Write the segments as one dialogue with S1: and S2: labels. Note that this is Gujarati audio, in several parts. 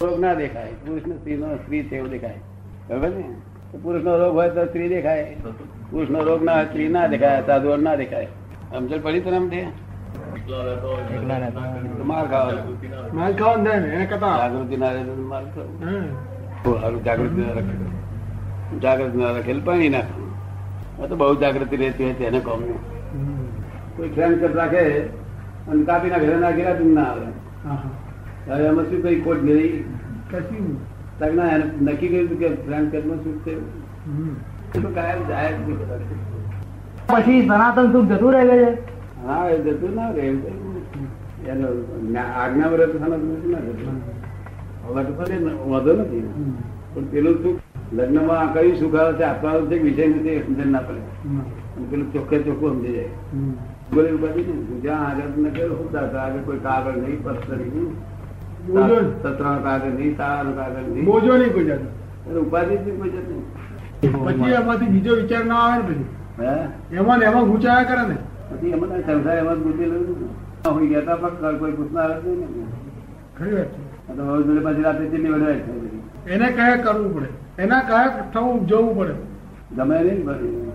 S1: રોગ ના દેખાય પુરુષ ને સ્ત્રી નો સ્ત્રી તેવું દેખાય બરાબર ને તો પુરુષનો રોગ હોય તો સ્ત્રી દેખાય પુરુષનો રોગ ના હોય સ્ત્રી ના દેખાય સાધુ ના દેખાય સમજણ પડી તને આમ દે
S2: એકલા રહેતા
S1: તો માર ખાવાનો
S3: માલ ખાવાનું થાય ને એને કરતા
S1: જાગૃતિ ના રહે તો માર ખાવાનો
S3: હમ.
S1: હારું જાગૃતિ ના રાખે જાગૃતિ ના રાખે એટલે પાણી નાખવાનું આ તો બહુ જાગૃતિ રહેતી હોય તેને કોમ નહીં.
S3: હમ.
S1: કોઈ ફ્રેન્ડ કટ રાખે અને કાપી નાખે એના ઘેરા તું ના આવે
S3: હા હા
S1: હવે એમાં શું કઈ કોટ ગઈ
S3: કશું નહીં.
S1: તારે ના એને નક્કી કર્યું હતું કે ફ્રેન્ડ કટમાં શું થયું
S3: હમ.
S1: એ તો કાયમ જાય જ નહીં કદાચ.
S2: પછી સનાતન સુખ જતું રહે છે
S1: હા એ જતું ના રહે એમ કઈ. એનો જ્ઞા- આજ્ઞામાં રહેતું સમજવું ના રહેતું. હવે તો ભલે ન- વાંધો નથી
S3: હમ.
S1: પણ પેલું સુખ લગ્નમાં કયું સુખ આવે છે આપવાનું છે કે વિષય નથી એ સમજણ ના પડે
S3: હમ.
S1: અને પેલું ચોખ્ખે ચોખ્ખું સમજી જાય
S3: હમ.
S1: બોલે એવું બધું નહીં. જ્યાં આગળ તમને કહ્યું હું દાદા આગળ કોઈ કાગળ નહીં પત્ર નહીં
S3: બોજો ને.
S1: સત્રાનો કાગળ નહીં તારાનો કાગળ નહીં
S3: મોજો નહીં કોઈ જાતનો.
S1: એટલે ઉપાધિ થી કોઈ જતું નહીં.
S3: પછી એમાંથી બીજો વિચાર ના આવે ને
S1: હે?
S3: પછી એમાં ને એમાં ગુચાયા કરે ને
S1: પછી એમાં કાંઈ સંસાર એમાં જ ગુંચી લેવું ને. હું ગયા તા પણ કોઈ પૂછનાર જ નહીં ને.
S3: ખરી વાત છે.
S1: આ તો હવે જોડે પાછી રાતે ચીલી વડવાય છે બધી.
S3: એને કયા કરવું પડે એના કયા થવું જવું પડે
S1: ગમે નહીં ને બધી.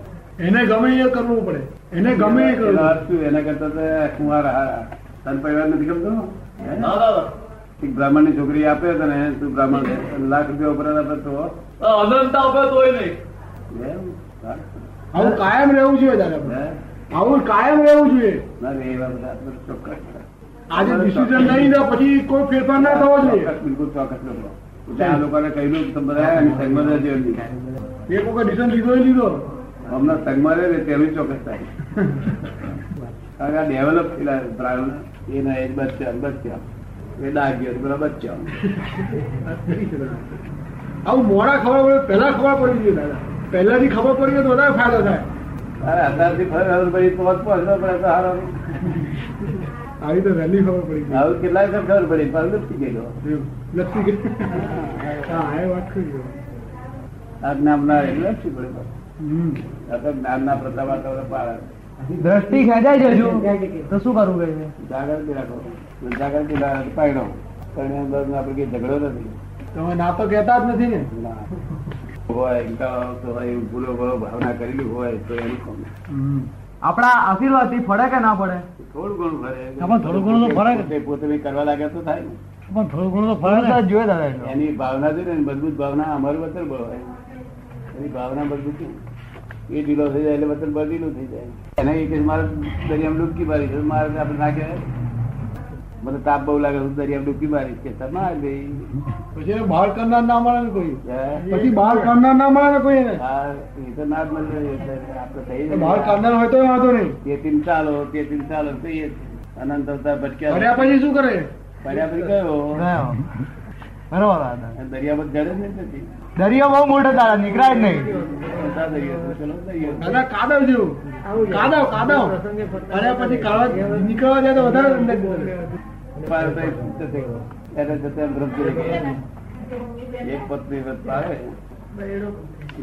S3: એને ગમે એ કરવું પડે એને ગમે એ કરવું
S1: એનો
S3: પડે.
S1: અર્થ શું? એના કરતા તો કુંવાર હારા. તને પરિવાર નથી ગમતો હે? એક બ્રાહ્મણની છોકરી આપે તને તું બ્રાહ્મણ છે. તને લાખ રૂપિયા ઉપરાંત આપે તો
S4: અનંતતા ઉપર તોય નહીં
S1: એમ? હા?
S3: આવું કાયમ રહેવું જોઈએ દાદા પણ.
S1: હે?
S3: આવું કાયમ રહેવું જોઈએ
S1: ના રે, એવા બધા બધા ચોક્કસ.
S3: આજે ડિસિઝન લઈ લો પછી કોઈ ફેરફાર ના થવો જોઈએ
S1: ચોક્કસ, બિલકુલ ચોક્કસ લોકો. એટલે આ લોકોને કહ્યું તમે બધા એની સંગમાં રહેજો એમની.
S3: એક વખત ડિસિઝન લીધો એ લીધો
S1: હમણાં સંગમાં રહે ને તેનું ચોક્કસ થાય કારણ કે આ ડેવલપ થયેલા બ્રાહ્મણ એના એજ બચ્ચા બચ્ચા એ ડાગ્યો પેલા બચ્ચા
S3: આવું મોડા ખબર પડે પહેલા ખબર પડવી જોઈએ દાદા પહેલાથી ખબર પડી હોય તો વધારે ફાયદો
S1: અરે
S3: થાય
S1: અત્યારથી ફરી હવે પછી પહોંચ પહોંચવા પડે તો હારો
S3: આવી તો વહેલી ખબર પડી ગઈ
S1: આવું કેટલાય વખત ખબર પડી પણ લુપ્ત ગયેલો
S3: એવું. લપસી ગઈ હા એ વાત ખરી છે.
S1: આ જ્ઞાન ના એટલે લુપ્ત પડે
S3: હમ.
S1: આ તો જ્ઞાન ના પ્રતાપમાં તમને પાડે
S2: દ્રષ્ટિ ખેંચાય છે હજુ તો શું કરવું કે
S1: જાગૃતિ રાખો જાગૃતિ રાખો પાડો પણ એમ બધું આપણે કઈ ઝઘડો નથી
S3: તમે ના તો કહેતા જ નથી ને
S1: ના. હોય ઉતાવળ આવતો હોય એવું ભૂલો ભરો ભાવના કરેલી હોય તો એનું કોણ?
S2: આપણા આશીર્વાદ થી ફળે કે ના પડે
S1: થોડું ઘણું ફરે
S2: હા, પણ થોડું ઘણું તો ફરે.
S1: પોતે- પોતે બી કરવા લાગે તો થાય ને.
S2: પણ થોડું ઘણું તો ફળે જોઈએ દાદા એટલો.
S1: એની ભાવના છે ને એની મજબૂત ભાવના અમારું વતન બળ હોય એની ભાવના મજબૂત છે. એ ઢીલો થઈ જાય એટલે વતન બળ ઢીલું થઈ જાય એને એ કહે છે, મારે દરિયામાં ડૂબકી મારી છે મારે આપણે ના કહેવાય મને તાપ બહુ લાગે હું દરિયામાં ડૂબકી મારી છે કે માર ભાઈ
S3: પછી એને બહાર કરનાર ના મળે ને કોઈ
S1: હે?
S3: પછી બહાર કરનાર ના મળે ને કોઈ એને
S1: હા, એ તો ના જ મળે એટલે આપણે થઈ
S3: તો બહાર
S1: જાય
S3: કરનાર હોય તો વાંધો નહીં
S1: તેથી ચાલો તેથી ચાલો કહીએ છીએ. અનંત અવતાર
S3: કર્યા
S1: ભટક્યા
S3: પછી શું કરે
S1: પડ્યા પછી ગયો
S2: ગયો. બરોબર દાદા
S1: અને દરિયામાં ગયો જ નહીં તેથી.
S2: દરિયો બહુ મોટો તારા નીકળાય જ નહીં
S1: જતા દરિયો તો ચલો દરિયો.
S3: દાદા કાદવ જેવું કાદવ કાદવ કર્યા પછી કાળવા નીકળવા જાય તો વધારે અંદર બોલે.
S1: પાર તો એક ભક્ત છે. એને જતા એમ ભ્રમ કરી ગયા. એક પત્ની વ્રત પાળે.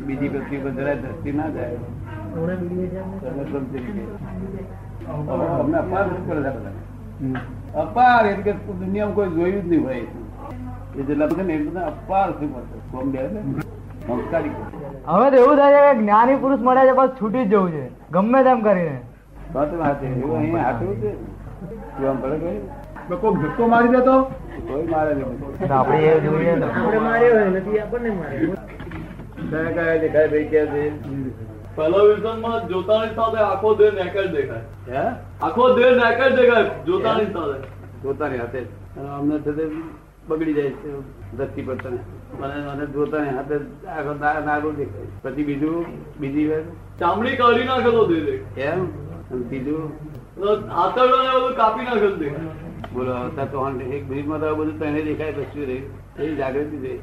S1: બીજી પત્ની પર જરાય દ્રષ્ટિ ના જાય એટલે ભ્રમ કરી ગયા. હવે અમને અપાર ભ્રમ કરે છે બધાને. અપાર એટલે કે દુનિયામાં કોઈ જોયું જ નહીં હોય એ જેટલા બધા ને એ બધા અપાર સુખ હતું. કોમ બે ને? સંસ્કારી કોમ.
S2: હવે તો એવું થાય છે કે જ્ઞાની પુરુષ મળે છે બસ છૂટી જ જવું છે ગમે તેમ કરીને
S1: સાચું વાત છે. એવું અહીંયા હાચું છે. તું આમ ભલે કહ્યું.
S3: તો કોક ધક્કો મારી દેતો
S1: કોઈ મારે નહીં.
S2: તો આપણે એ જોઈએ તો.
S1: કયા કયા દેખાય ભાઈ કે છે?
S4: પેલોવિઝન માં જોતાની સાથે આખો દેહ નેકર દેખાય
S1: હે?
S4: આખો દેહ નેકર દેખાય જોતાની સાથે
S1: જોતાની હાથે જ. અને અમને થતે બગડી જાય છે ધરતી પર તને. મને મને જોતાની હાથે જ આખો ના- નાગો દેખાય પછી બીજું બીજી વાર
S4: ચામડી કાઢી નાખેલો દેહ દેખાય
S1: એમ અને ત્રીજું
S4: આતરડો ને બધું કાપી નાખેલું દેખાય
S1: બોલો આવતા તો એક બ્રિજમાં તો આ બધું તને દેખાય પછી રહ્યું એ જાગૃતિ છે